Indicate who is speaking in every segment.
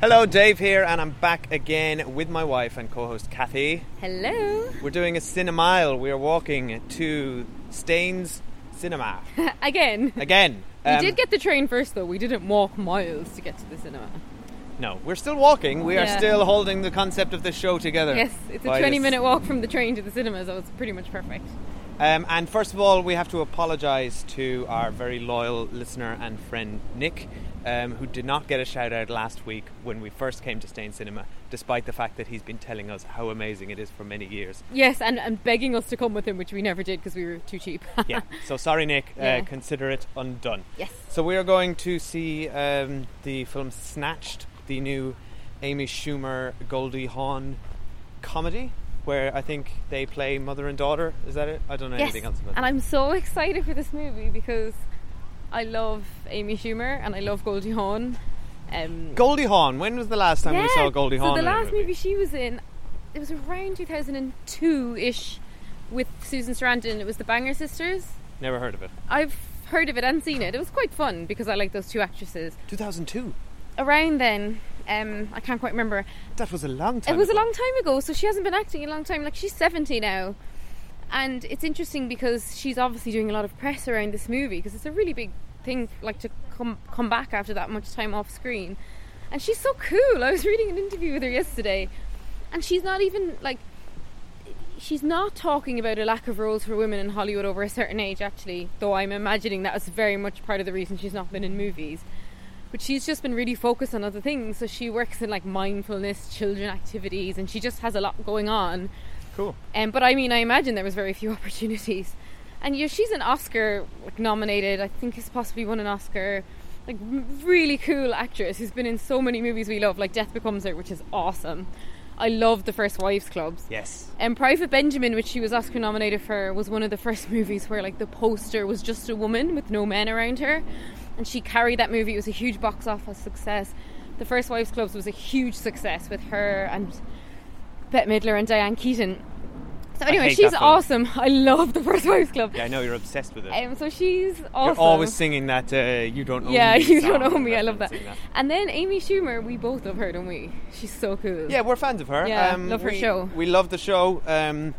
Speaker 1: Hello, Dave here, and I'm back again with my wife and co host Kathy.
Speaker 2: Hello.
Speaker 1: We're doing a cinemile. We are walking to Staines Cinema
Speaker 2: Again.
Speaker 1: again.
Speaker 2: we
Speaker 1: Um,
Speaker 2: did get the train first though. We didn't walk miles to get to the cinema.
Speaker 1: No, we're still walking. We are
Speaker 2: Yeah.
Speaker 1: still holding the concept of the show together.
Speaker 2: Yes, it's a
Speaker 1: by
Speaker 2: 20
Speaker 1: this.
Speaker 2: minute walk from the train to the cinema, so it's pretty much perfect.
Speaker 1: Um, and first of all, we have to apologise to our very loyal listener and friend Nick, um, who did not get a shout out last week when we first came to Stain Cinema, despite the fact that he's been telling us how amazing it is for many years.
Speaker 2: Yes, and, and begging us to come with him, which we never did because we were too cheap.
Speaker 1: Yeah, so sorry, Nick.
Speaker 2: Yeah.
Speaker 1: Uh, consider it undone.
Speaker 2: yes.
Speaker 1: So we are going to see um, the film Snatched, the new Amy Schumer Goldie Hawn comedy, where I think they play mother and daughter. Is that it? I don't know
Speaker 2: Yes.
Speaker 1: anything else about
Speaker 2: And I'm so excited for this movie because I love Amy Schumer and I love Goldie Hawn. Um,
Speaker 1: it. Goldie Hawn. When was the last time we saw Goldie Hawn?
Speaker 2: So the
Speaker 1: in a
Speaker 2: last movie she was in, it was around 2002 ish, with Susan Sarandon. It was The Banger Sisters.
Speaker 1: Never heard of it.
Speaker 2: I've heard of it and seen it. It was quite fun because I like those two actresses.
Speaker 1: 2002.
Speaker 2: Around then, um, I can't quite remember.
Speaker 1: That was a long time.
Speaker 2: it was
Speaker 1: ago.
Speaker 2: a long time ago, so she hasn't been acting in a long time. Like she's 70 now. And it's interesting because she's obviously doing a lot of press around this movie because it's a really big thing like to come come back after that much time off screen. And she's so cool. I was reading an interview with her yesterday and she's not even like she's not talking about a lack of roles for women in Hollywood over a certain age, actually, though I'm imagining that's very much part of the reason she's not been in movies. But she's just been really focused on other things. So she works in like mindfulness, children activities, and she just has a lot going on.
Speaker 1: Cool.
Speaker 2: Um, but I mean, I imagine there was very few opportunities. And yeah, she's an Oscar like, nominated. I think has possibly won an Oscar. Like m- really cool actress who's been in so many movies we love, like Death Becomes Her, which is awesome. I love the First Wives Clubs.
Speaker 1: Yes.
Speaker 2: And Private Benjamin, which she was Oscar nominated for, was one of the first movies where like the poster was just a woman with no men around her, and she carried that movie. It was a huge box office success. The First Wives Club was a huge success with her and Bette Midler and Diane Keaton. So anyway,
Speaker 1: hate
Speaker 2: she's
Speaker 1: that film.
Speaker 2: awesome. I love the First Wives Club.
Speaker 1: Yeah, I know you're obsessed with it.
Speaker 2: Um, so she's awesome.
Speaker 1: you're always singing that. Uh, you don't own
Speaker 2: yeah,
Speaker 1: me.
Speaker 2: you don't
Speaker 1: song.
Speaker 2: own me. I
Speaker 1: That's
Speaker 2: love
Speaker 1: what
Speaker 2: that.
Speaker 1: I'm singing
Speaker 2: And then Amy Schumer, we both love her, don't we? She's so cool.
Speaker 1: Yeah, we're fans of her. Um,
Speaker 2: Yeah, love her
Speaker 1: we,
Speaker 2: show.
Speaker 1: We love the show. Um,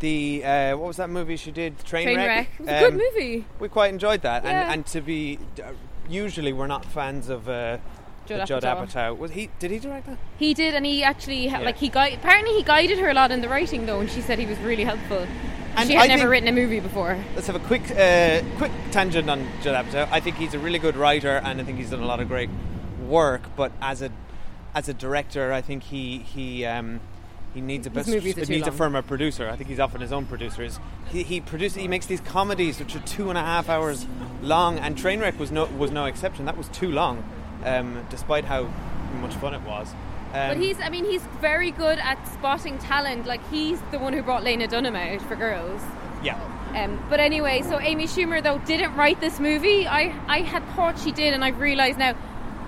Speaker 1: the uh, what was that movie she did? Trainwreck.
Speaker 2: Trainwreck. It was a
Speaker 1: Um,
Speaker 2: good movie.
Speaker 1: We quite enjoyed that,
Speaker 2: Yeah.
Speaker 1: and and to be d- usually we're not fans of uh,
Speaker 2: Judd
Speaker 1: the Judd
Speaker 2: Apatow.
Speaker 1: Apatow. Was he? Did he direct that?
Speaker 2: He did, and he actually ha
Speaker 1: Yeah.
Speaker 2: like he gui- apparently he guided her a lot in the writing though, and she said he was really helpful.
Speaker 1: And
Speaker 2: she had
Speaker 1: I
Speaker 2: never
Speaker 1: think-
Speaker 2: written a movie before.
Speaker 1: Let's have a quick uh, quick tangent on Judd Apatow. I think he's a really good writer, and I think he's done a lot of great work. But as a as a director, I think he he. Um, he needs a
Speaker 2: His
Speaker 1: best,
Speaker 2: movies are too
Speaker 1: needs a
Speaker 2: long.
Speaker 1: firmer producer. I think he's often his own producers. He he produces he makes these comedies which are two and a half hours long, and Trainwreck was no was no exception. That was too long, um, despite how much fun it was. Um,
Speaker 2: But he's, I mean, he's very good at spotting talent. Like he's the one who brought Lena Dunham out for Girls.
Speaker 1: yeah.
Speaker 2: Um, but anyway, so Amy Schumer though didn't write this movie. I I had thought she did, and I've realised now.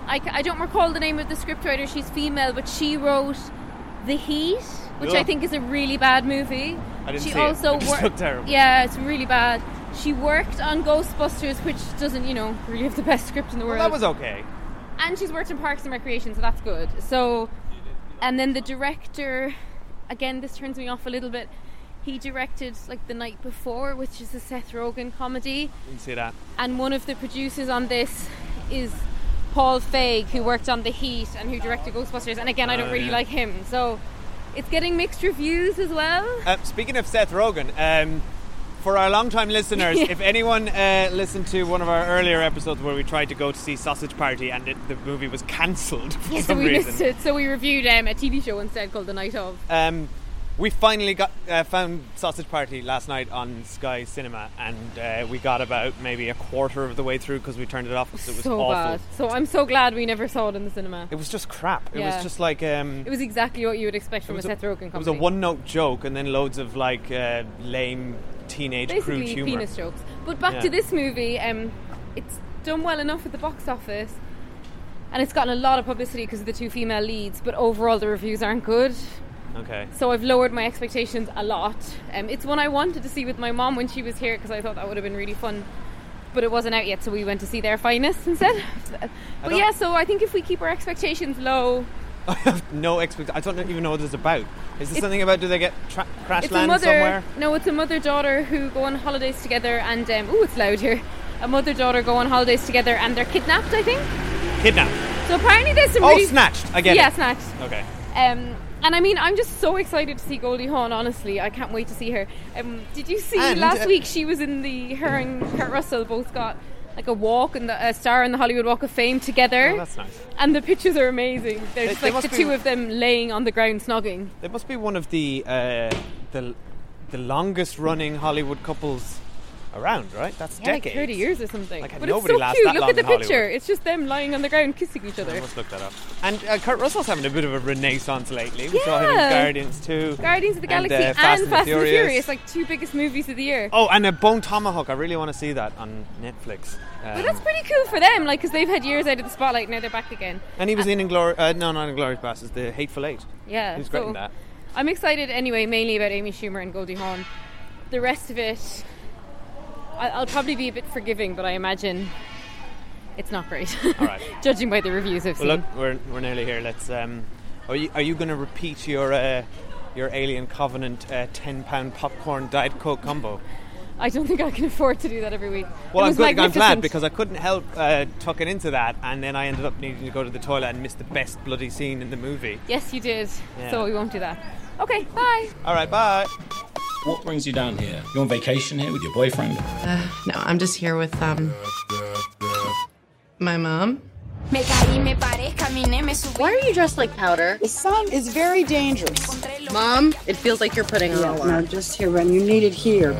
Speaker 2: I, c- I don't recall the name of the scriptwriter. She's female, but she wrote The Heat, which I
Speaker 1: Ugh.
Speaker 2: think is a really bad movie.
Speaker 1: I didn't
Speaker 2: she
Speaker 1: see it.
Speaker 2: also
Speaker 1: It just
Speaker 2: wor-
Speaker 1: looked terrible.
Speaker 2: Yeah, it's really bad. She worked on Ghostbusters, which doesn't, you know, really have the best script in the
Speaker 1: Well, that
Speaker 2: world.
Speaker 1: was okay.
Speaker 2: and she's worked in Parks and Recreation, so that's good. So, and then the director, again, this turns me off a little bit. He directed like the night before, which is a Seth Rogen comedy,
Speaker 1: Didn't see that.
Speaker 2: and one of the producers on this is Paul Feig, who worked on The Heat and who directed Ghostbusters. And again, I don't
Speaker 1: Oh,
Speaker 2: really
Speaker 1: yeah.
Speaker 2: like him, so it's getting mixed reviews as well.
Speaker 1: Uh, speaking of Seth Rogen, um, for our long-time listeners, if anyone uh, listened to one of our earlier episodes where we tried to go to see Sausage Party and it, the movie was cancelled for
Speaker 2: Yeah, so
Speaker 1: some
Speaker 2: we
Speaker 1: reason,
Speaker 2: missed it. So we reviewed um, a TV show instead called The Night of.
Speaker 1: Um, we finally got uh, found Sausage Party last night on Sky Cinema, and uh, we got about maybe a quarter of the way through because we turned it off because it was
Speaker 2: so
Speaker 1: awful.
Speaker 2: bad. So I'm so glad we never saw it in the cinema.
Speaker 1: It was just crap. It
Speaker 2: Yeah.
Speaker 1: was just like um,
Speaker 2: It was exactly what you would expect from a Seth Rogen comedy.
Speaker 1: It was a one-note joke, and then loads of like uh, lame teenage crude
Speaker 2: basically
Speaker 1: humor.
Speaker 2: penis jokes. But back
Speaker 1: Yeah.
Speaker 2: to this movie, um, it's done well enough at the box office, and it's gotten a lot of publicity because of the two female leads. But overall, the reviews aren't good,
Speaker 1: Okay.
Speaker 2: so I've lowered my expectations a lot. Um, it's one I wanted to see with my mom when she was here because I thought that would have been really fun. but it wasn't out yet, so we went to see their finest instead. But
Speaker 1: don't-
Speaker 2: yeah, so I think if we keep our expectations low,
Speaker 1: I have no expect. I don't even know what this is about. Is this
Speaker 2: It-
Speaker 1: something about do they get tra- crash
Speaker 2: it's
Speaker 1: land
Speaker 2: a mother.
Speaker 1: somewhere?
Speaker 2: No, it's a mother daughter who go on holidays together, and um, oh, it's loud here. A mother daughter go on holidays together, and they're kidnapped. I think.
Speaker 1: Kidnapped.
Speaker 2: So apparently there's some.
Speaker 1: Oh,
Speaker 2: really-
Speaker 1: snatched. I get
Speaker 2: Yeah,
Speaker 1: it.
Speaker 2: snatched.
Speaker 1: Okay.
Speaker 2: Um, and I mean, I'm just so excited to see Goldie Hawn. Honestly, I can't wait to see her. Um, did you see
Speaker 1: And,
Speaker 2: last
Speaker 1: uh,
Speaker 2: week? She was in the her and Kurt Russell both got like a walk and a star in the Hollywood Walk of Fame together.
Speaker 1: Oh, that's nice.
Speaker 2: and the pictures are amazing. They're
Speaker 1: They-
Speaker 2: just
Speaker 1: they
Speaker 2: like
Speaker 1: must
Speaker 2: the
Speaker 1: be-
Speaker 2: two of them laying on the ground snogging.
Speaker 1: It must be one of the uh, the the longest running Hollywood couples around, right? That's
Speaker 2: Yeah, like
Speaker 1: decades.
Speaker 2: 30 years or something.
Speaker 1: Like,
Speaker 2: but
Speaker 1: nobody
Speaker 2: it's so
Speaker 1: lasts
Speaker 2: cute.
Speaker 1: that
Speaker 2: Look
Speaker 1: long
Speaker 2: at the
Speaker 1: in
Speaker 2: picture.
Speaker 1: Hollywood.
Speaker 2: It's just them lying on the ground kissing each
Speaker 1: I
Speaker 2: other.
Speaker 1: must look that up. And uh, Kurt Russell's having a bit of a renaissance lately. We saw him in
Speaker 2: Yeah.
Speaker 1: Guardians too.
Speaker 2: Guardians of the
Speaker 1: And,
Speaker 2: Galaxy
Speaker 1: uh,
Speaker 2: and,
Speaker 1: Fast and the
Speaker 2: Fast and the
Speaker 1: Furious.
Speaker 2: Furious, like two biggest movies of the year.
Speaker 1: Oh, and a Bone Tomahawk. I really want to see that on Netflix. Um,
Speaker 2: But that's pretty cool for them, like, because they've had years out of the spotlight. Now they're back again.
Speaker 1: and he was in Inglourious, uh, no, not Inglourious Bastards, The Hateful Eight.
Speaker 2: Yeah,
Speaker 1: He was great
Speaker 2: so
Speaker 1: in that.
Speaker 2: I'm excited anyway, mainly about Amy Schumer and Goldie Hawn. The rest of it, I- I'll probably be a bit forgiving, but I imagine it's not great.
Speaker 1: All right.
Speaker 2: Judging by the reviews I've
Speaker 1: Well,
Speaker 2: seen.
Speaker 1: look, we're, we're nearly here. Let's. Um, are you are you going to repeat your uh, your Alien Covenant uh, ten pound popcorn diet coke combo?
Speaker 2: I don't think I can afford to do that every week.
Speaker 1: Well,
Speaker 2: It
Speaker 1: I'm
Speaker 2: was
Speaker 1: good. I'm glad
Speaker 2: magnificent.
Speaker 1: because I couldn't help uh, tucking into that, and then I ended up needing to go to the toilet and missed the best bloody scene in the movie.
Speaker 2: Yes, you did.
Speaker 1: Yeah.
Speaker 2: So we won't do that. Okay, bye.
Speaker 1: All right, bye.
Speaker 3: What brings you down here? You're on vacation here with your boyfriend?
Speaker 4: No, I'm just here with um my mom.
Speaker 5: Me caí, me paré, caminé, me subí.
Speaker 4: Why are you dressed like powder?
Speaker 6: The sun is very dangerous.
Speaker 5: encontré lo-
Speaker 4: Mom, it feels like you're putting on a
Speaker 6: No, just here, when you need it here.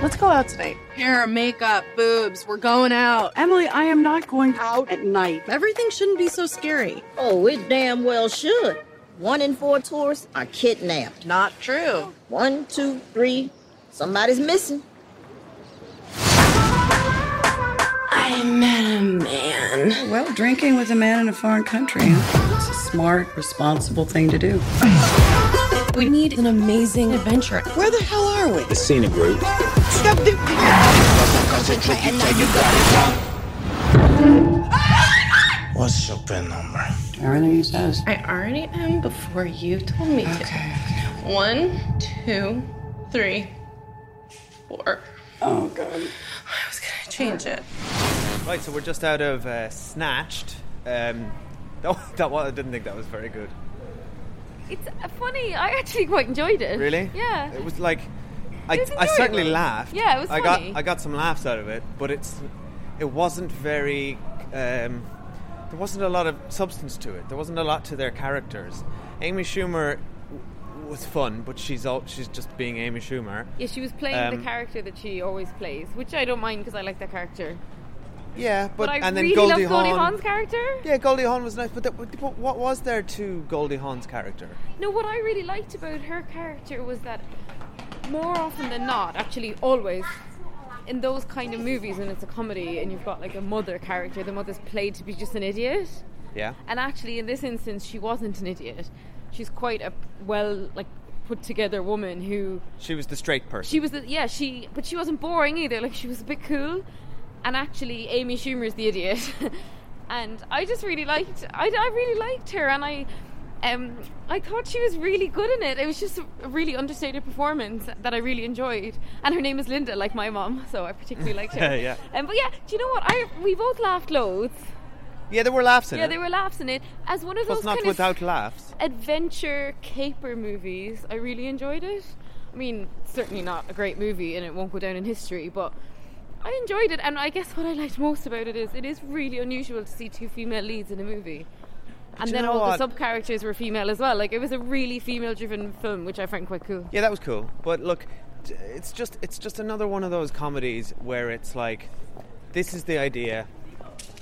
Speaker 4: Let's go out tonight. Hair, makeup, boobs, we're going out.
Speaker 6: Emily, I am not going out at night.
Speaker 4: Everything shouldn't be so scary.
Speaker 7: Oh, it damn well should. One in four tourists are kidnapped.
Speaker 4: Not true.
Speaker 7: One, two, three. Somebody's missing.
Speaker 4: I met a man.
Speaker 6: Well, drinking with a man in a foreign country. huh? It's a smart, responsible thing to do.
Speaker 4: We need an amazing adventure.
Speaker 6: Where the hell are we?
Speaker 3: The scenic route.
Speaker 8: What's your pin number?
Speaker 6: Everything he says.
Speaker 4: I already am before you told me to. One, two, three, four.
Speaker 6: Oh, God.
Speaker 4: I was gonna change it.
Speaker 1: Right, so we're just out of uh, Snatched. Um, that, that was, I didn't think that was very good.
Speaker 2: It's uh, funny. I actually quite enjoyed it.
Speaker 1: Really?
Speaker 2: Yeah.
Speaker 1: It was like, I,
Speaker 2: was
Speaker 1: I certainly
Speaker 2: enjoyable.
Speaker 1: laughed.
Speaker 2: Yeah, it was
Speaker 1: I
Speaker 2: funny.
Speaker 1: got I got some laughs out of it, but it's it wasn't very. Um, there wasn't a lot of substance to it. There wasn't a lot to their characters. Amy Schumer w- was fun, but she's all, she's just being Amy Schumer.
Speaker 2: Yeah, she was playing
Speaker 1: Um,
Speaker 2: the character that she always plays, which I don't mind because I like that character.
Speaker 1: Yeah, but,
Speaker 2: But I
Speaker 1: and then
Speaker 2: really
Speaker 1: Goldie
Speaker 2: love Goldie
Speaker 1: Hawn.
Speaker 2: Hawn's character.
Speaker 1: Yeah, Goldie Hawn was nice, but, that, but what was there to Goldie Hawn's character?
Speaker 2: No, what I really liked about her character was that more often than not, actually always, in those kind of movies when it's a comedy and you've got like a mother character, the mother's played to be just an idiot.
Speaker 1: Yeah,
Speaker 2: And actually, in this instance, she wasn't an idiot. She's quite a well, like, put together woman who
Speaker 1: she was the straight person.
Speaker 2: she was. The, yeah, she, but she wasn't boring either. Like, she was a bit cool. And actually, Amy Schumer is the idiot. and I just really liked. I, I really liked her, and I. Um, I thought she was really good in it. It was just a really understated performance that I really enjoyed. And her name is Linda, like my mom, so I particularly liked her.
Speaker 1: Yeah.
Speaker 2: Um, but yeah, do you know what? I we both laughed loads.
Speaker 1: yeah, there were laughs in
Speaker 2: Yeah,
Speaker 1: it.
Speaker 2: they were laughs in it. As one of
Speaker 1: It was
Speaker 2: those
Speaker 1: not
Speaker 2: kind
Speaker 1: without
Speaker 2: of
Speaker 1: laughs.
Speaker 2: adventure caper movies, I really enjoyed it. I mean, certainly not a great movie, and it won't go down in history, but I enjoyed it. And I guess what I liked most about it is it is really unusual to see two female leads in a movie. And
Speaker 1: you
Speaker 2: then
Speaker 1: know
Speaker 2: all
Speaker 1: what?
Speaker 2: the sub characters were female as well. Like it was a really female-driven film, which I found quite cool.
Speaker 1: Yeah, that was cool. But look, t- it's just it's just another one of those comedies where it's like, this is the idea,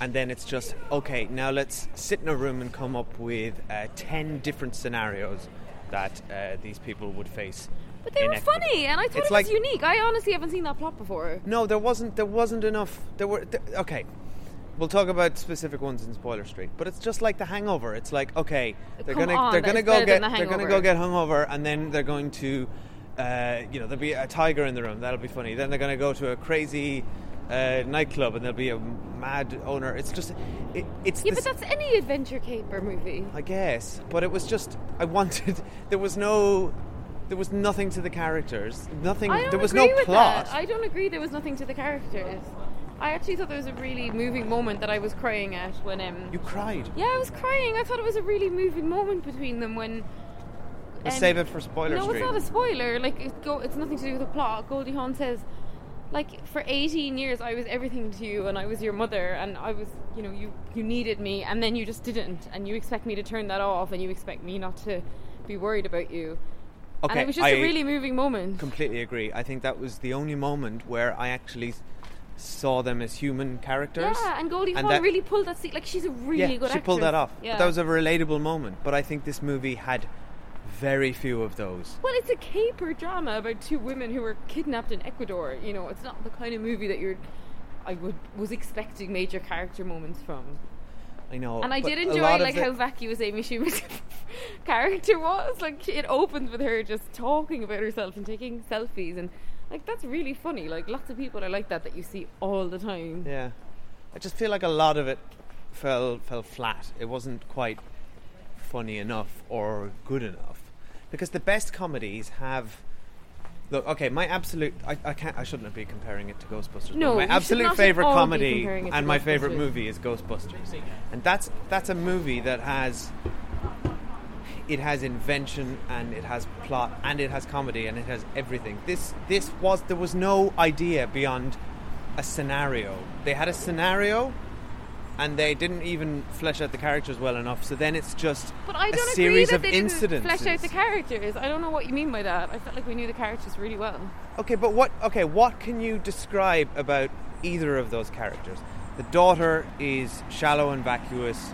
Speaker 1: and then it's just okay. Now let's sit in a room and come up with uh, ten different scenarios that uh, these people would face.
Speaker 2: But they
Speaker 1: in
Speaker 2: were
Speaker 1: Ecuador.
Speaker 2: funny, and I thought
Speaker 1: It's
Speaker 2: it was
Speaker 1: like-
Speaker 2: unique. I honestly haven't seen that plot before.
Speaker 1: No, there wasn't. There wasn't enough. There were. There, okay, we'll talk about specific ones in spoiler street. But it's just like The Hangover. It's like okay, they're
Speaker 2: Come
Speaker 1: gonna
Speaker 2: on,
Speaker 1: they're
Speaker 2: that
Speaker 1: gonna
Speaker 2: is
Speaker 1: go
Speaker 2: better
Speaker 1: get
Speaker 2: than The
Speaker 1: they're gonna go
Speaker 2: Hangover.
Speaker 1: get hungover, and then they're going to, uh, you know, there'll be a tiger in the room. That'll be funny. Then they're gonna go to a crazy uh, nightclub, and there'll be a mad owner. It's just, it, it's
Speaker 2: Yeah,
Speaker 1: this,
Speaker 2: but that's any adventure caper movie.
Speaker 1: I guess. But it was just, I wanted. There was no, there was nothing to the characters. Nothing.
Speaker 2: I don't
Speaker 1: There was
Speaker 2: agree
Speaker 1: no
Speaker 2: with
Speaker 1: plot.
Speaker 2: That. I don't agree. There was nothing to the characters. I actually thought there was a really moving moment that I was crying at when um.
Speaker 1: you cried.
Speaker 2: yeah, I was crying. I thought it was a really moving moment between them when.
Speaker 1: Let's
Speaker 2: um,
Speaker 1: Save it for spoilers.
Speaker 2: No, it's
Speaker 1: Drew.
Speaker 2: not a spoiler. Like it go, it's nothing to do with the plot. Goldie Hawn says, like for 18 years I was everything to you, and I was your mother, and I was, you know, you you needed me, and then you just didn't, and you expect me to turn that off, and you expect me not to be worried about you.
Speaker 1: okay,
Speaker 2: and it was just
Speaker 1: I
Speaker 2: a really moving moment.
Speaker 1: completely agree. I think that was the only moment where I actually saw them as human characters.
Speaker 2: Yeah, and Goldie Hawn
Speaker 1: that-
Speaker 2: really pulled that scene. Like she's a really
Speaker 1: yeah,
Speaker 2: good
Speaker 1: she
Speaker 2: actress.
Speaker 1: pulled that off.
Speaker 2: Yeah.
Speaker 1: But that was a relatable moment. But I think this movie had very few of those.
Speaker 2: well, it's a caper drama about two women who were kidnapped in Ecuador. You know, it's not the kind of movie that you're. I would was expecting major character moments from.
Speaker 1: I know.
Speaker 2: And I
Speaker 1: but
Speaker 2: did
Speaker 1: a
Speaker 2: enjoy
Speaker 1: lot of
Speaker 2: like
Speaker 1: the-
Speaker 2: how vacuous Amy Schumer's character was. Like it opens with her just talking about herself and taking selfies and like that's really funny. Like lots of people are like that that you see all the time.
Speaker 1: Yeah, I just feel like a lot of it fell fell flat. It wasn't quite funny enough or good enough because the best comedies have. Look, okay, my absolute I, I can't I shouldn't be comparing it to Ghostbusters. but my
Speaker 2: No, you should not
Speaker 1: absolute
Speaker 2: at
Speaker 1: favorite
Speaker 2: all be
Speaker 1: comedy
Speaker 2: comparing it to
Speaker 1: and my favorite
Speaker 2: Ghostbusters.
Speaker 1: movie is Ghostbusters. And that's that's a movie that has it has invention and it has plot and it has comedy and it has everything. This this was there was no idea beyond a scenario. They had a scenario and they didn't even flesh out the characters well enough. So then it's just
Speaker 2: But I
Speaker 1: a
Speaker 2: don't agree
Speaker 1: series
Speaker 2: that
Speaker 1: of
Speaker 2: they
Speaker 1: incidents.
Speaker 2: didn't flesh out the characters. I don't know what you mean by that. I felt like we knew the characters really well.
Speaker 1: Okay, but what? Okay, what can you describe about either of those characters? The daughter is shallow and vacuous.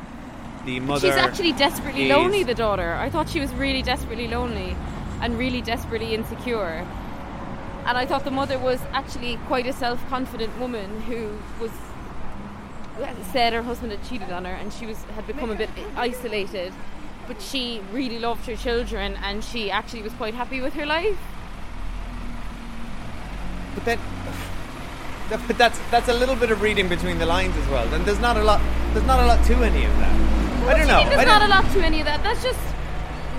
Speaker 1: The mother.
Speaker 2: She's actually desperately
Speaker 1: is-
Speaker 2: lonely, the daughter. I thought she was really desperately lonely and really desperately insecure. And I thought the mother was actually quite a self confident woman who was uh, said her husband had cheated on her and she was had become a bit isolated. But she really loved her children and she actually was quite happy with her life.
Speaker 1: But then, but that's that's a little bit of reading between the lines as well. And there's not a lot. There's not a lot to any of that. I
Speaker 2: What
Speaker 1: don't
Speaker 2: do
Speaker 1: know.
Speaker 2: you mean
Speaker 1: I
Speaker 2: There's
Speaker 1: don't-
Speaker 2: not a lot to any of that. That's just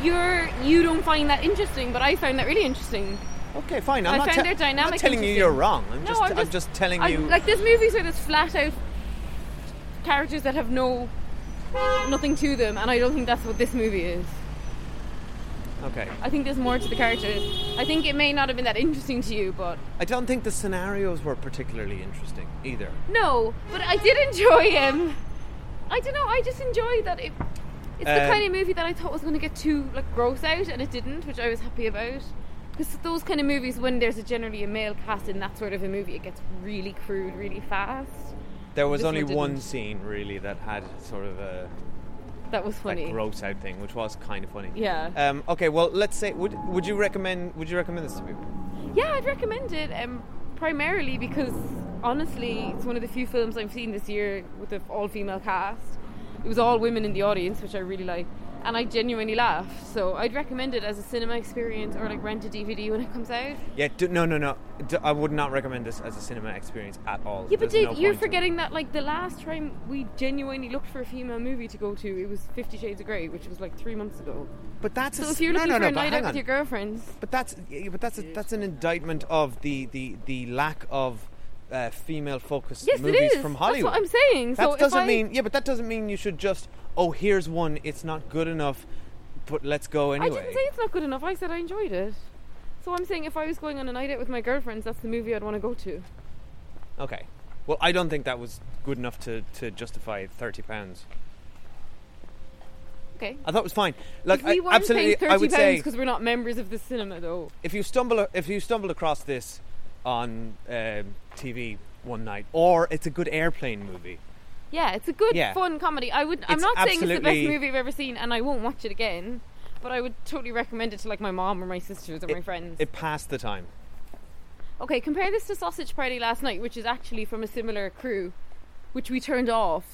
Speaker 2: you're you don't find that interesting, but I found that really interesting.
Speaker 1: Okay, fine. I'm
Speaker 2: I
Speaker 1: not,
Speaker 2: found
Speaker 1: te-
Speaker 2: their
Speaker 1: I'm not
Speaker 2: dynamic
Speaker 1: telling you
Speaker 2: interesting.
Speaker 1: you're wrong. I'm,
Speaker 2: No,
Speaker 1: just,
Speaker 2: I'm just,
Speaker 1: telling
Speaker 2: I-
Speaker 1: you.
Speaker 2: Like there's movies where there's flat out characters that have no nothing to them, and I don't think that's what this movie is.
Speaker 1: okay.
Speaker 2: I think there's more to the characters. I think it may not have been that interesting to you, but
Speaker 1: I don't think the scenarios were particularly interesting either.
Speaker 2: no. But I did enjoy him. I don't know. I just enjoyed that. It, it's the
Speaker 1: Um,
Speaker 2: kind of movie that I thought was going to get too like gross out, and it didn't, which I was happy about. Because those kind of movies, when there's a generally a male cast in that sort of a movie, it gets really crude really fast.
Speaker 1: There was
Speaker 2: This one
Speaker 1: only one
Speaker 2: didn't.
Speaker 1: scene really that had sort of a
Speaker 2: That was funny.
Speaker 1: that gross out thing, which was kind of funny.
Speaker 2: Yeah.
Speaker 1: Um, okay. Well, let's say would would you recommend would you recommend this to people?
Speaker 2: Yeah, I'd recommend it um, primarily because honestly, it's one of the few films I've seen this year with an all female cast. It was all women in the audience, which I really like, and I genuinely laughed. So I'd recommend it as a cinema experience or like rent a DVD when it comes out.
Speaker 1: Yeah. Do, no, no, no. D I would not recommend this as a cinema experience at all.
Speaker 2: Yeah, but
Speaker 1: There's
Speaker 2: dude,
Speaker 1: no
Speaker 2: you're
Speaker 1: point to it.
Speaker 2: forgetting that like the last time we genuinely looked for a female movie to go to, it was Fifty Shades of Grey, which was like three months ago.
Speaker 1: But that's a
Speaker 2: So
Speaker 1: s-
Speaker 2: if you're
Speaker 1: no,
Speaker 2: looking
Speaker 1: no, no,
Speaker 2: for a
Speaker 1: but
Speaker 2: night
Speaker 1: hang
Speaker 2: out with
Speaker 1: on.
Speaker 2: your girlfriends,
Speaker 1: But that's yeah, but that's a, that's an indictment of the the the lack of uh, female focused
Speaker 2: yes, it
Speaker 1: movies
Speaker 2: is.
Speaker 1: from Hollywood.
Speaker 2: That's what I'm saying.
Speaker 1: That
Speaker 2: so if
Speaker 1: doesn't
Speaker 2: I-
Speaker 1: mean yeah, but that doesn't mean you should just oh here's one it's not good enough, but let's go anyway.
Speaker 2: I didn't say it's not good enough. I said I enjoyed it. So I'm saying if I was going on a night out with my girlfriends, that's the movie I'd want to go to.
Speaker 1: Okay, well I don't think that was good enough to to justify thirty pounds.
Speaker 2: Okay.
Speaker 1: I thought it was fine. Like
Speaker 2: if we
Speaker 1: I,
Speaker 2: weren't
Speaker 1: absolutely,
Speaker 2: paying thirty
Speaker 1: I would
Speaker 2: pounds
Speaker 1: say
Speaker 2: because we're not members of the cinema, though.
Speaker 1: if you stumble if you stumble across this on um, TV one night, or it's a good airplane movie.
Speaker 2: Yeah, it's a good,
Speaker 1: Yeah.
Speaker 2: fun comedy. I would. I'm
Speaker 1: It's
Speaker 2: not saying it's the best
Speaker 1: absolutely-
Speaker 2: movie I've ever seen, and I won't watch it again. But I would totally recommend it to like my mom or my sisters or my friends.
Speaker 1: It passed the time.
Speaker 2: Okay, compare this to Sausage Party last night, which is actually from a similar crew, which we turned off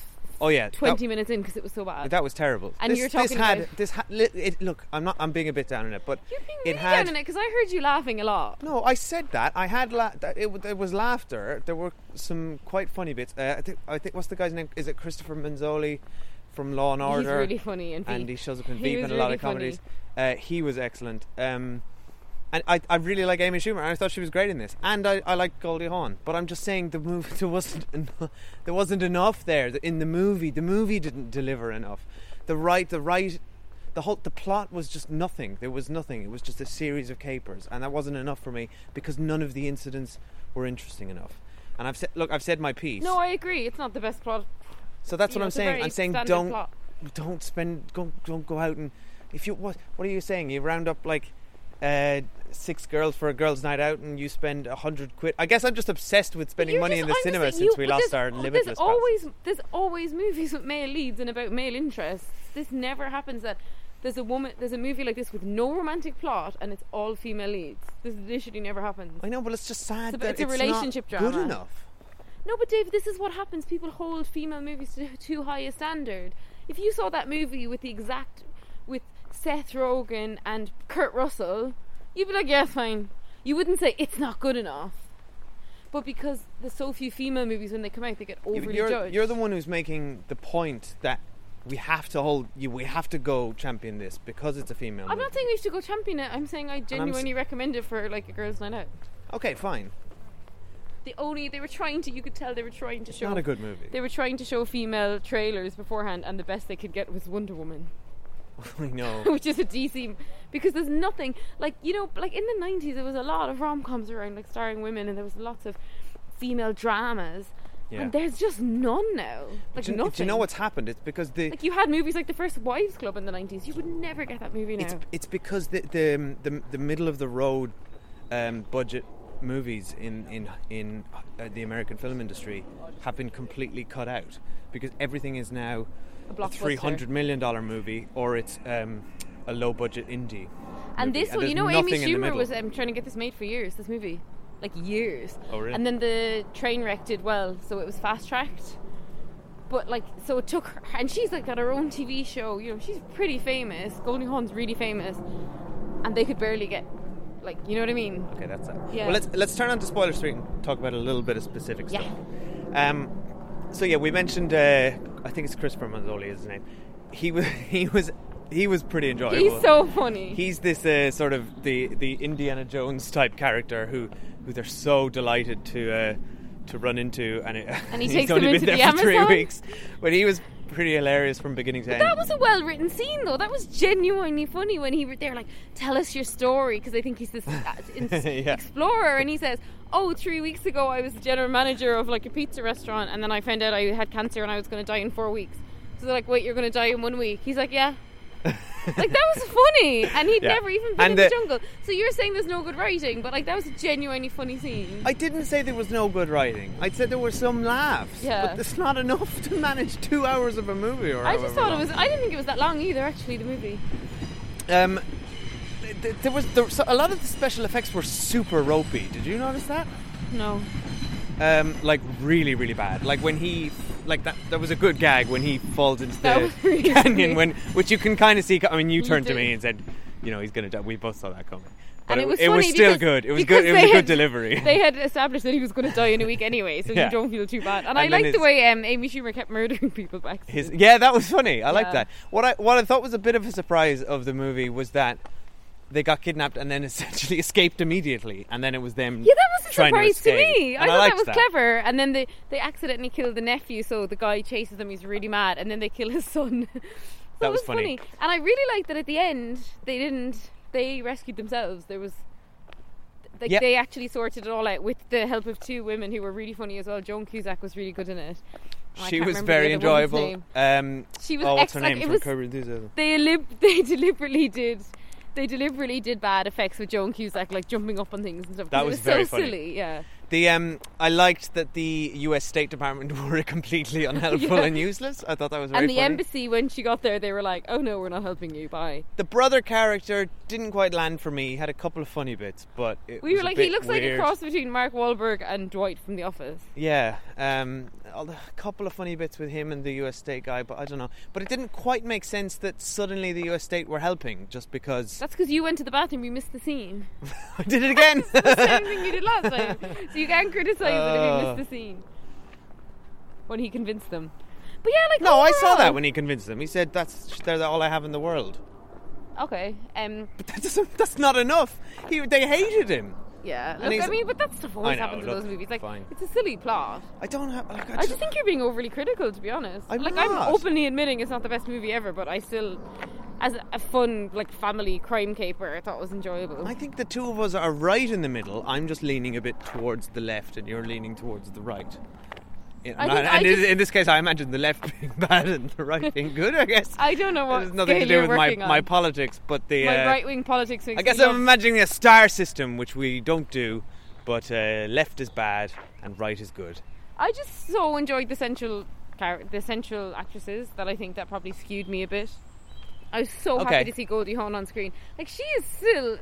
Speaker 1: Oh yeah, that-
Speaker 2: 20 minutes in because it was so bad.
Speaker 1: That was terrible.
Speaker 2: And
Speaker 1: this,
Speaker 2: you're
Speaker 1: this
Speaker 2: talking
Speaker 1: had
Speaker 2: about-
Speaker 1: this had li- it, look. I'm not. I'm being a bit down on it, but
Speaker 2: You're being
Speaker 1: it
Speaker 2: really
Speaker 1: had.
Speaker 2: down on it because I heard you laughing a lot.
Speaker 1: No, I said that. I had la- that it, wa- there was laughter. There were some quite funny bits. Uh, I think. I think. What's the guy's name? Is it Christopher Manzoli from Law and Order?
Speaker 2: He's really funny and,
Speaker 1: and he
Speaker 2: Veep.
Speaker 1: shows up in
Speaker 2: He
Speaker 1: Veep
Speaker 2: was
Speaker 1: and a lot
Speaker 2: really
Speaker 1: of comedies. Uh, he was excellent. Um, and I, I really like Amy Schumer, and I thought she was great in this. And I, I like Goldie Hawn, but I'm just saying the movie there wasn't enough, there wasn't enough there in the movie. The movie didn't deliver enough. The right, the right, the whole the plot was just nothing. There was nothing. It was just a series of capers, and that wasn't enough for me because none of the incidents were interesting enough. And I've said, look, I've said my piece.
Speaker 2: No, I agree. It's not the best plot.
Speaker 1: So that's what
Speaker 2: you know,
Speaker 1: I'm
Speaker 2: it's a
Speaker 1: saying.
Speaker 2: very
Speaker 1: I'm saying
Speaker 2: standard
Speaker 1: don't
Speaker 2: plot.
Speaker 1: don't spend go, don't go out and if you what what are you saying? You round up like uh, six girls for a girls' night out and you spend a hundred quid. I guess I'm just obsessed with spending
Speaker 2: You're
Speaker 1: money
Speaker 2: just-
Speaker 1: in the
Speaker 2: I'm just
Speaker 1: cinema
Speaker 2: saying,
Speaker 1: since
Speaker 2: you-
Speaker 1: we
Speaker 2: but
Speaker 1: lost
Speaker 2: there's-
Speaker 1: our limitless.
Speaker 2: There's
Speaker 1: pass.
Speaker 2: always there's always movies with male leads and about male interests. This never happens that there's a woman there's a movie like this with no romantic plot and it's all female leads. This literally never happens.
Speaker 1: I know, but it's just sad
Speaker 2: It's a-
Speaker 1: that
Speaker 2: it's a
Speaker 1: not
Speaker 2: relationship
Speaker 1: good
Speaker 2: drama.
Speaker 1: enough.
Speaker 2: No, but Dave, this is what happens. People hold female movies to too high a standard. If you saw that movie with the exact with Seth Rogen and Kurt Russell, you'd be like, "Yeah, fine." You wouldn't say it's not good enough. But because there's so few female movies when they come out, they get
Speaker 1: You-
Speaker 2: overly
Speaker 1: You're,
Speaker 2: judged.
Speaker 1: you're the one who's making the point that we have to hold you. We have to go champion this because it's a female.
Speaker 2: I'm
Speaker 1: movie.
Speaker 2: not saying we should go champion it. I'm saying I
Speaker 1: I'm s-
Speaker 2: genuinely recommend it for like a girls' night out.
Speaker 1: Okay, fine.
Speaker 2: The only they were trying to, you could tell they were trying to show.
Speaker 1: Not a good movie.
Speaker 2: They were trying to show female trailers beforehand, and the best they could get was Wonder Woman.
Speaker 1: I know.
Speaker 2: which is a DC because there's nothing like you know like in the 90s there was a lot of rom-coms around like starring women and there was lots of female dramas
Speaker 1: Yeah.
Speaker 2: and there's just none now like
Speaker 1: do, you-
Speaker 2: nothing
Speaker 1: do you know what's happened? It's because the
Speaker 2: like you had movies like the first wives club in the 90s you would never get that movie now
Speaker 1: It's it's because the the um, the, the middle of the road um, budget movies in in in uh, the American film industry have been completely cut out because everything is now
Speaker 2: A blockbuster.
Speaker 1: three hundred million dollar movie or it's um, a low budget indie.
Speaker 2: and
Speaker 1: movie.
Speaker 2: this one
Speaker 1: there's
Speaker 2: you know Amy
Speaker 1: nothing in the
Speaker 2: Schumer
Speaker 1: middle.
Speaker 2: was um, trying to get this made for years this movie like years
Speaker 1: Oh, really?
Speaker 2: and then the train wreck did well so it was fast tracked but like so it took her and she's like got her own TV show you know she's pretty famous Goldie Hawn's really famous and they could barely get like you know what I mean
Speaker 1: Okay, that's that.
Speaker 2: Yeah.
Speaker 1: Well, let's let's turn on to spoiler street and talk about a little bit of specific
Speaker 2: Yeah.
Speaker 1: stuff. Um, so yeah, we mentioned uh, I think it's Christopher Manzoli is his name. He was he was he was pretty enjoyable.
Speaker 2: he's so funny
Speaker 1: He's this uh, sort of the the Indiana Jones type character who who they're so delighted to uh, to run into, and, it,
Speaker 2: And he
Speaker 1: he's
Speaker 2: takes
Speaker 1: only
Speaker 2: them
Speaker 1: been
Speaker 2: into
Speaker 1: there
Speaker 2: the
Speaker 1: for three
Speaker 2: Amazon?
Speaker 1: weeks. But he was pretty hilarious from beginning to end.
Speaker 2: that was a well written scene though that was genuinely funny when he were there like tell us your story because I think he's this uh, in-
Speaker 1: Yeah.
Speaker 2: explorer and he says oh three weeks ago I was the general manager of like a pizza restaurant and then I found out I had cancer and I was going to die in four weeks so they're like wait you're going to die in one week he's like yeah like that was funny and he'd
Speaker 1: Yeah.
Speaker 2: never even been
Speaker 1: And
Speaker 2: in
Speaker 1: the-
Speaker 2: the jungle so you're saying there's no good writing but like that was a genuinely funny scene
Speaker 1: I didn't say there was no good writing. I said there were some laughs,
Speaker 2: Yeah.
Speaker 1: but it's not enough to manage two hours of a movie. Or
Speaker 2: I just
Speaker 1: however
Speaker 2: thought it
Speaker 1: long.
Speaker 2: was I didn't think it was that long either actually the movie
Speaker 1: Um, th- th- there was there, so a lot of the special effects were super ropey. Did you notice that?
Speaker 2: no
Speaker 1: Um, like really, really bad. Like when he, like that, that was a good gag when he falls into
Speaker 2: That
Speaker 1: the
Speaker 2: was really
Speaker 1: canyon.
Speaker 2: funny.
Speaker 1: When, which you can kind of see. I mean, you turned to
Speaker 2: did.
Speaker 1: me and said, "You know, he's gonna die." We both saw that coming.
Speaker 2: and it was
Speaker 1: it
Speaker 2: funny
Speaker 1: was still
Speaker 2: because-
Speaker 1: good. It was
Speaker 2: because
Speaker 1: good. It was a
Speaker 2: they
Speaker 1: good
Speaker 2: had-
Speaker 1: delivery.
Speaker 2: They had established that he was going to die in a week anyway, so
Speaker 1: Yeah.
Speaker 2: you don't feel too bad. And,
Speaker 1: And
Speaker 2: I
Speaker 1: then
Speaker 2: like the
Speaker 1: his-
Speaker 2: way um, Amy Schumer kept murdering people back.
Speaker 1: His, yeah, that was funny. I like
Speaker 2: Yeah.
Speaker 1: that. What I what I thought was a bit of a surprise of the movie was that they got kidnapped and then essentially escaped immediately, and then it was them.
Speaker 2: yeah, that was a
Speaker 1: trying
Speaker 2: surprise to,
Speaker 1: escape.
Speaker 2: me. I
Speaker 1: And
Speaker 2: thought
Speaker 1: liked
Speaker 2: that was clever. And then they, they accidentally kill the nephew, so the guy chases them. He's really mad, and then they kill his son. So
Speaker 1: That
Speaker 2: it
Speaker 1: was
Speaker 2: was
Speaker 1: funny.
Speaker 2: And I really liked that at the end they didn't. They rescued themselves. There was. Like
Speaker 1: Yeah.
Speaker 2: they actually sorted it all out with the help of two women who were really funny as well. Joan Cusack was really good in it. And I
Speaker 1: She
Speaker 2: can't
Speaker 1: was
Speaker 2: remember the
Speaker 1: very
Speaker 2: other woman's
Speaker 1: enjoyable.
Speaker 2: name.
Speaker 1: Um,
Speaker 2: She was
Speaker 1: oh, what's her
Speaker 2: excellent.
Speaker 1: name
Speaker 2: It
Speaker 1: from
Speaker 2: was-
Speaker 1: Curb Your Enthusiasm?
Speaker 2: they elib- they deliberately did they deliberately did bad effects with Joan Cusack like jumping up on things and stuff. 'cause
Speaker 1: That
Speaker 2: it
Speaker 1: was
Speaker 2: was,
Speaker 1: very
Speaker 2: so
Speaker 1: funny.
Speaker 2: silly, yeah.
Speaker 1: The um, I liked that the U.S. State Department were completely unhelpful
Speaker 2: Yeah.
Speaker 1: and useless. I thought that was very
Speaker 2: and the
Speaker 1: funny.
Speaker 2: embassy, when she got there, they were like, "Oh no, we're not helping you." Bye.
Speaker 1: the brother character didn't quite land for me. He had a couple of funny bits, but it
Speaker 2: We
Speaker 1: was
Speaker 2: were
Speaker 1: a
Speaker 2: like, he
Speaker 1: bit
Speaker 2: looks like a
Speaker 1: weird.
Speaker 2: cross between Mark Wahlberg and Dwight from The Office.
Speaker 1: Yeah, um, a couple of funny bits with him and the U.S. State guy, but I don't know. But it didn't quite make sense that suddenly the U.S. State were helping just because
Speaker 2: That's because you went to the bathroom. You missed the scene.
Speaker 1: I did it again.
Speaker 2: Same thing you did last time. So you can't criticize it if you missed the scene when he convinced them. But yeah, like
Speaker 1: no, I saw
Speaker 2: overall-
Speaker 1: that when he convinced them. He said, "That's they're all I have in the world."
Speaker 2: Okay. Um.
Speaker 1: But that doesn't, that's not enough. He, they hated him.
Speaker 2: Yeah.
Speaker 1: And
Speaker 2: Look,
Speaker 1: he's-
Speaker 2: I mean, but that stuff always
Speaker 1: know,
Speaker 2: happens in
Speaker 1: look,
Speaker 2: those movies. Like,
Speaker 1: fine.
Speaker 2: it's a silly plot.
Speaker 1: I don't have. Like, I,
Speaker 2: I just think you're being overly critical, to be honest.
Speaker 1: I'm
Speaker 2: like
Speaker 1: not.
Speaker 2: I'm openly admitting it's not the best movie ever, but I still, as a fun like family crime caper, I thought it was enjoyable.
Speaker 1: I think the two of us are right in the middle. I'm just leaning a bit towards the left, and you're leaning towards the right. In,
Speaker 2: I think
Speaker 1: and
Speaker 2: I
Speaker 1: in-
Speaker 2: just-
Speaker 1: in this case, I imagine the left being bad and the right being good. I guess.
Speaker 2: I don't know what
Speaker 1: It has nothing to
Speaker 2: scale
Speaker 1: do
Speaker 2: you're
Speaker 1: with my,
Speaker 2: working on.
Speaker 1: my politics, but the.
Speaker 2: My
Speaker 1: uh,
Speaker 2: right wing politics makes
Speaker 1: I guess
Speaker 2: me
Speaker 1: I'm
Speaker 2: love
Speaker 1: imagining a star system, which we don't do, but uh, left is bad and right is good.
Speaker 2: I just so enjoyed the central char- the central actresses that I think that probably skewed me a bit. I was so
Speaker 1: Okay.
Speaker 2: happy to see Goldie Hawn on screen. Like she is still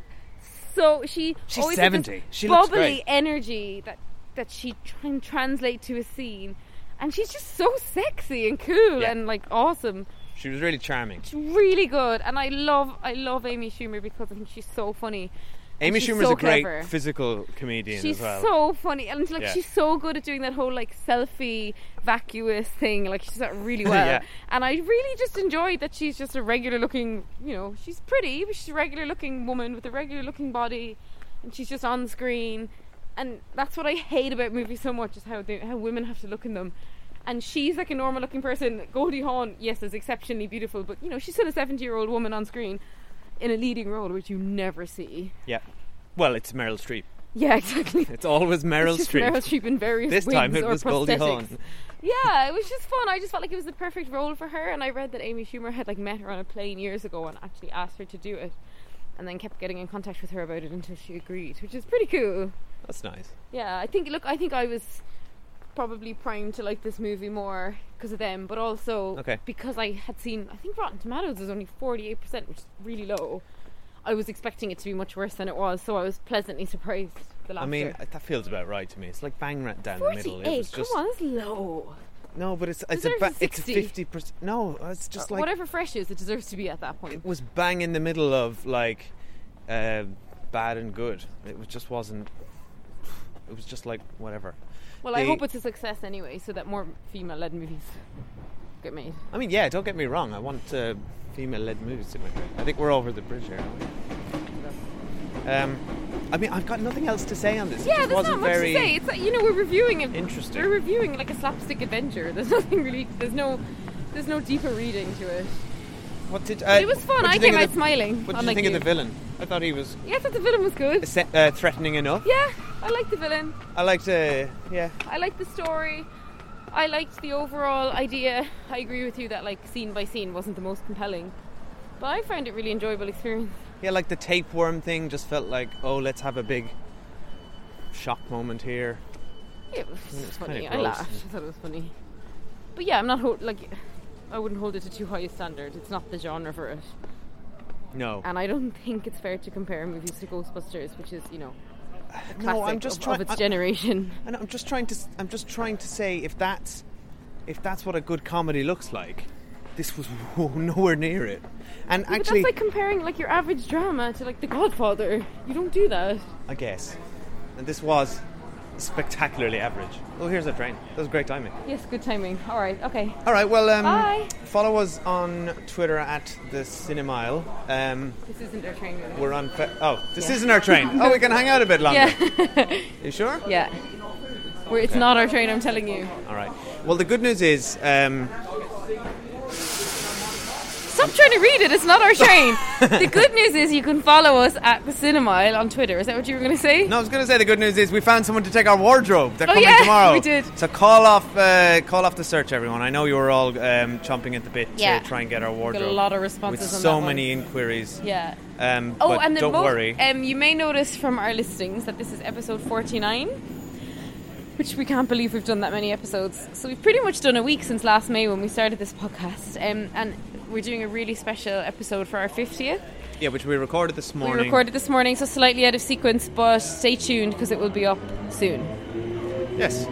Speaker 2: so she
Speaker 1: She's
Speaker 2: always had this
Speaker 1: 70. She looks
Speaker 2: bubbly
Speaker 1: great.
Speaker 2: energy that that she can translate to a scene, and she's just so sexy and cool
Speaker 1: Yeah.
Speaker 2: and like awesome.
Speaker 1: She was really charming.
Speaker 2: She's really good, and I love I love Amy Schumer because I think she's so funny. And
Speaker 1: Amy
Speaker 2: she's
Speaker 1: Schumer's
Speaker 2: so
Speaker 1: a great
Speaker 2: clever.
Speaker 1: physical comedian
Speaker 2: She's
Speaker 1: as well.
Speaker 2: so funny, and like
Speaker 1: Yeah.
Speaker 2: she's so good at doing that whole like selfie vacuous thing. Like she does that really well,
Speaker 1: Yeah.
Speaker 2: and I really just enjoyed that she's just a regular looking. You know, she's pretty, but she's a regular looking woman with a regular looking body, and she's just on screen. And that's what I hate about movies so much is how they, how women have to look in them. And she's like a normal looking person. Goldie Hawn, yes, is exceptionally beautiful, but you know she's still a seventy year old woman on screen in a leading role, which you never see.
Speaker 1: yeah. Well, it's Meryl Streep.
Speaker 2: Yeah, exactly.
Speaker 1: It's always Meryl
Speaker 2: It's just
Speaker 1: Streep.
Speaker 2: Meryl Streep in various
Speaker 1: This time
Speaker 2: wigs
Speaker 1: it
Speaker 2: or
Speaker 1: was Goldie
Speaker 2: prosthetics.
Speaker 1: Hawn.
Speaker 2: Yeah, it was just fun. I just felt like it was the perfect role for her. And I read that Amy Schumer had like met her on a plane years ago and actually asked her to do it, and then kept getting in contact with her about it until she agreed, which is pretty cool.
Speaker 1: That's nice.
Speaker 2: Yeah, I think. Look, I think I was probably primed to like this movie more because of them, but also
Speaker 1: Okay.
Speaker 2: because I had seen. I think Rotten Tomatoes is only forty-eight percent, which is really low. I was expecting it to be much worse than it was, so I was pleasantly surprised. The last
Speaker 1: I mean,
Speaker 2: year.
Speaker 1: that feels about right to me. It's like bang right down the
Speaker 2: 48.
Speaker 1: middle. It was just
Speaker 2: Come on, that's low.
Speaker 1: no, but it's it's
Speaker 2: Deserves
Speaker 1: about
Speaker 2: a
Speaker 1: it's
Speaker 2: 60.
Speaker 1: fifty percent. No, it's just like
Speaker 2: Uh, Whatever fresh is, it deserves to be at that point.
Speaker 1: it was bang in the middle of like uh, bad and good. It was, just wasn't. It was just like whatever.
Speaker 2: Well, I
Speaker 1: the-
Speaker 2: hope it's a success anyway, so that more female-led movies get made.
Speaker 1: I mean, yeah, don't get me wrong. I want uh, female-led movies in my career. I think we're over the bridge here. aren't we? Um, I mean, I've got nothing else to say on this. It
Speaker 2: Yeah,
Speaker 1: just
Speaker 2: there's
Speaker 1: wasn't
Speaker 2: not much
Speaker 1: very
Speaker 2: to say. It's like, you know we're reviewing it.
Speaker 1: Interesting.
Speaker 2: We're reviewing like a slapstick adventure. There's nothing really. There's no. There's no deeper reading to it.
Speaker 1: What did uh,
Speaker 2: it was
Speaker 1: what
Speaker 2: fun.
Speaker 1: did
Speaker 2: I
Speaker 1: you think
Speaker 2: came
Speaker 1: of
Speaker 2: out smiling,
Speaker 1: What did you
Speaker 2: unlike
Speaker 1: think of
Speaker 2: you.
Speaker 1: the villain? I thought he was
Speaker 2: Yeah, I thought the villain was good.
Speaker 1: se- uh, threatening enough.
Speaker 2: Yeah, I liked the villain.
Speaker 1: I liked. Uh, yeah,
Speaker 2: I liked the story. I liked the overall idea. I agree with you that like scene by scene wasn't the most compelling, but I found it really enjoyable experience.
Speaker 1: yeah, like the tapeworm thing. Just felt like, oh, let's have a big shock moment here.
Speaker 2: It was funny.
Speaker 1: kinda
Speaker 2: I
Speaker 1: gross,
Speaker 2: laughed.
Speaker 1: isn't
Speaker 2: I thought it was funny. But yeah, I'm not hold, like I wouldn't hold it to too high a standard. It's not the genre for it,
Speaker 1: No,
Speaker 2: and I don't think it's fair to compare movies to Ghostbusters, which is you know a classic
Speaker 1: no, I'm just
Speaker 2: of,
Speaker 1: trying.
Speaker 2: of its generation.
Speaker 1: And I'm just trying to. s- I'm just trying to say if that's if that's what a good comedy looks like, this was nowhere near it. And
Speaker 2: But
Speaker 1: actually,
Speaker 2: that's like comparing like your average drama to like The Godfather. You don't do that.
Speaker 1: I guess, and this was spectacularly average. Oh, here's a train. That was great timing.
Speaker 2: Yes, good timing. All right, okay.
Speaker 1: All right. Well, um,
Speaker 2: Bye.
Speaker 1: follow us on Twitter at the Cinemile. Um,
Speaker 2: This isn't our train. really.
Speaker 1: we're on. Fe- oh, this isn't our train. Oh, we can hang out a bit longer.
Speaker 2: Yeah,
Speaker 1: You sure?
Speaker 2: yeah. We're, it's not our train. I'm telling you.
Speaker 1: All right. Well, the good news is um,
Speaker 2: Stop trying to read it. It's not our train. the good news is you can follow us at the Cinemile on Twitter. Is that what you were going to say?
Speaker 1: No, I was going to say the good news is we found someone to take our wardrobe. They're
Speaker 2: Oh,
Speaker 1: coming
Speaker 2: yeah,
Speaker 1: tomorrow.
Speaker 2: we did.
Speaker 1: So call off, uh, call off the search, everyone. I know you were all um, chomping at the bit
Speaker 2: Yeah.
Speaker 1: to try and get our wardrobe.
Speaker 2: lot of responses
Speaker 1: with
Speaker 2: on
Speaker 1: so
Speaker 2: that one.
Speaker 1: many inquiries.
Speaker 2: Yeah.
Speaker 1: Um,
Speaker 2: Oh,
Speaker 1: but
Speaker 2: and eh, the
Speaker 1: don't
Speaker 2: most-
Speaker 1: worry.
Speaker 2: Um, you may notice from our listings that this is episode 49. which we can't believe we've done that many episodes. So we've pretty much done a week since last May when we started this podcast, um, and we're doing a really special episode for our 50th.
Speaker 1: Yeah, which we recorded this morning.
Speaker 2: We recorded this morning, so slightly out of sequence, but stay tuned because it will be up soon.
Speaker 1: Yes.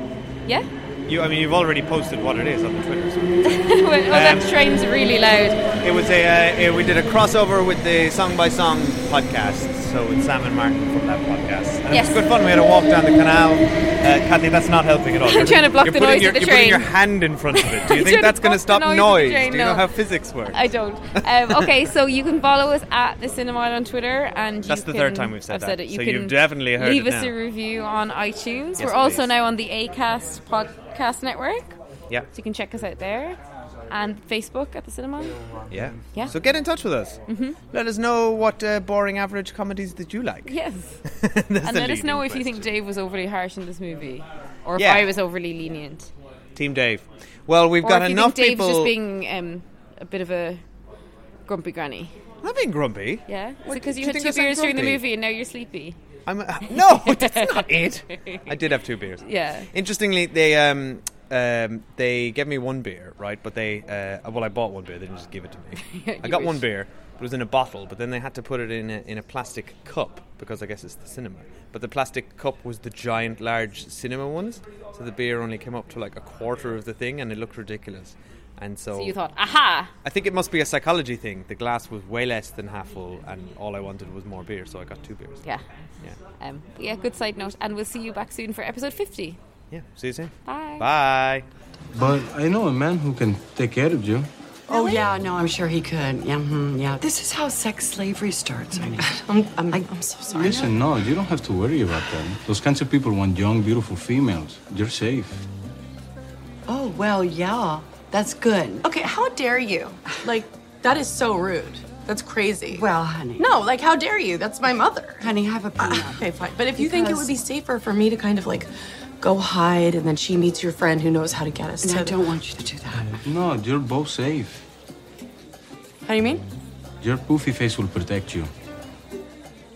Speaker 2: Yeah?
Speaker 1: You, I mean, you've already posted what it is on the Twitter. So.
Speaker 2: oh,
Speaker 1: Um,
Speaker 2: that train's really loud.
Speaker 1: It was a uh, uh, we did a crossover with the Song by Song podcast, so with Sam and Martin from that podcast. And
Speaker 2: Yes.
Speaker 1: It was good fun. We had a walk down the canal. Uh, Kathy, that's not helping at all.
Speaker 2: I'm trying to block
Speaker 1: you're
Speaker 2: the
Speaker 1: putting
Speaker 2: noise
Speaker 1: your,
Speaker 2: of the
Speaker 1: You're putting
Speaker 2: train.
Speaker 1: your hand in front of it. Do you
Speaker 2: I'm
Speaker 1: think
Speaker 2: trying to
Speaker 1: that's going to
Speaker 2: block the
Speaker 1: stop
Speaker 2: noise of the train,
Speaker 1: Do you know
Speaker 2: no.
Speaker 1: how physics works?
Speaker 2: I don't. Um, okay, so you can follow us at the Cinema on Twitter, and you
Speaker 1: That's the third
Speaker 2: can-
Speaker 1: time we've said
Speaker 2: I've
Speaker 1: that,
Speaker 2: Said it. You
Speaker 1: so
Speaker 2: can
Speaker 1: you've definitely heard
Speaker 2: Leave
Speaker 1: it
Speaker 2: us
Speaker 1: now.
Speaker 2: a review on iTunes.
Speaker 1: Yes,
Speaker 2: We're also
Speaker 1: please.
Speaker 2: now on the Acast podcast network, so
Speaker 1: Yeah.
Speaker 2: you can check us out there, and Facebook at the Cinema.
Speaker 1: Yeah.
Speaker 2: Yeah.
Speaker 1: So get in touch with us. Mm-hmm. Let us know what uh, boring average comedies that you like.
Speaker 2: Yes,
Speaker 1: That's the
Speaker 2: and let us
Speaker 1: leading
Speaker 2: know if you
Speaker 1: question.
Speaker 2: think Dave was overly harsh in this movie, or
Speaker 1: Yeah.
Speaker 2: if I was overly lenient,
Speaker 1: Team Dave. Well, we've
Speaker 2: or
Speaker 1: got
Speaker 2: if you
Speaker 1: enough
Speaker 2: think Dave's
Speaker 1: people.
Speaker 2: just being um, a bit of a grumpy granny.
Speaker 1: I'm being grumpy.
Speaker 2: Yeah, is
Speaker 1: What-
Speaker 2: it because
Speaker 1: do
Speaker 2: you
Speaker 1: you
Speaker 2: had
Speaker 1: think
Speaker 2: two
Speaker 1: I sound
Speaker 2: beers during the
Speaker 1: grumpy?
Speaker 2: movie and now you're sleepy?
Speaker 1: I'm uh, no, that's not it. I did have two beers.
Speaker 2: Yeah.
Speaker 1: Interestingly, they um, um, they gave me one beer, right? But they uh, well, I bought one beer. They didn't just give it to me.
Speaker 2: Yeah,
Speaker 1: I
Speaker 2: you
Speaker 1: got
Speaker 2: wish.
Speaker 1: one beer. but It was in a bottle, but then they had to put it in a, in a plastic cup because I guess it's the cinema. But the plastic cup was the giant, large cinema ones, so the beer only came up to like a quarter of the thing, and it looked ridiculous. And so,
Speaker 2: So you thought, aha,
Speaker 1: I think it must be a psychology thing. The glass was way less than half full, and all I wanted was more beer, so I got two beers.
Speaker 2: yeah.
Speaker 1: yeah,
Speaker 2: Um, but yeah, good side note, and we'll see you back soon for episode 50.
Speaker 1: yeah. See you soon.
Speaker 2: Bye.
Speaker 1: Bye.
Speaker 9: But I know a man who can take care of you.
Speaker 6: Oh yeah, no, I'm sure he could. Yeah, mhm, yeah. This is how sex slavery starts. I mean,
Speaker 7: I'm, I'm, I'm so sorry.
Speaker 9: Listen, no, you don't have to worry about that. Those kinds of people want young, beautiful females. You're safe.
Speaker 6: oh well, yeah. That's good.
Speaker 10: Okay, how dare you? Like, that is so rude. That's crazy.
Speaker 6: Well, honey.
Speaker 10: no, like, how dare you? That's my mother.
Speaker 6: honey, have a peanut.
Speaker 10: Okay, fine. But if you think it
Speaker 6: Because-
Speaker 10: would be safer for me to kind of like go hide and then she meets your friend who knows how to get us
Speaker 6: And
Speaker 10: to.
Speaker 6: I don't want you to do that.
Speaker 9: No, you're both safe.
Speaker 10: How do you mean?
Speaker 9: Your poofy face will protect you.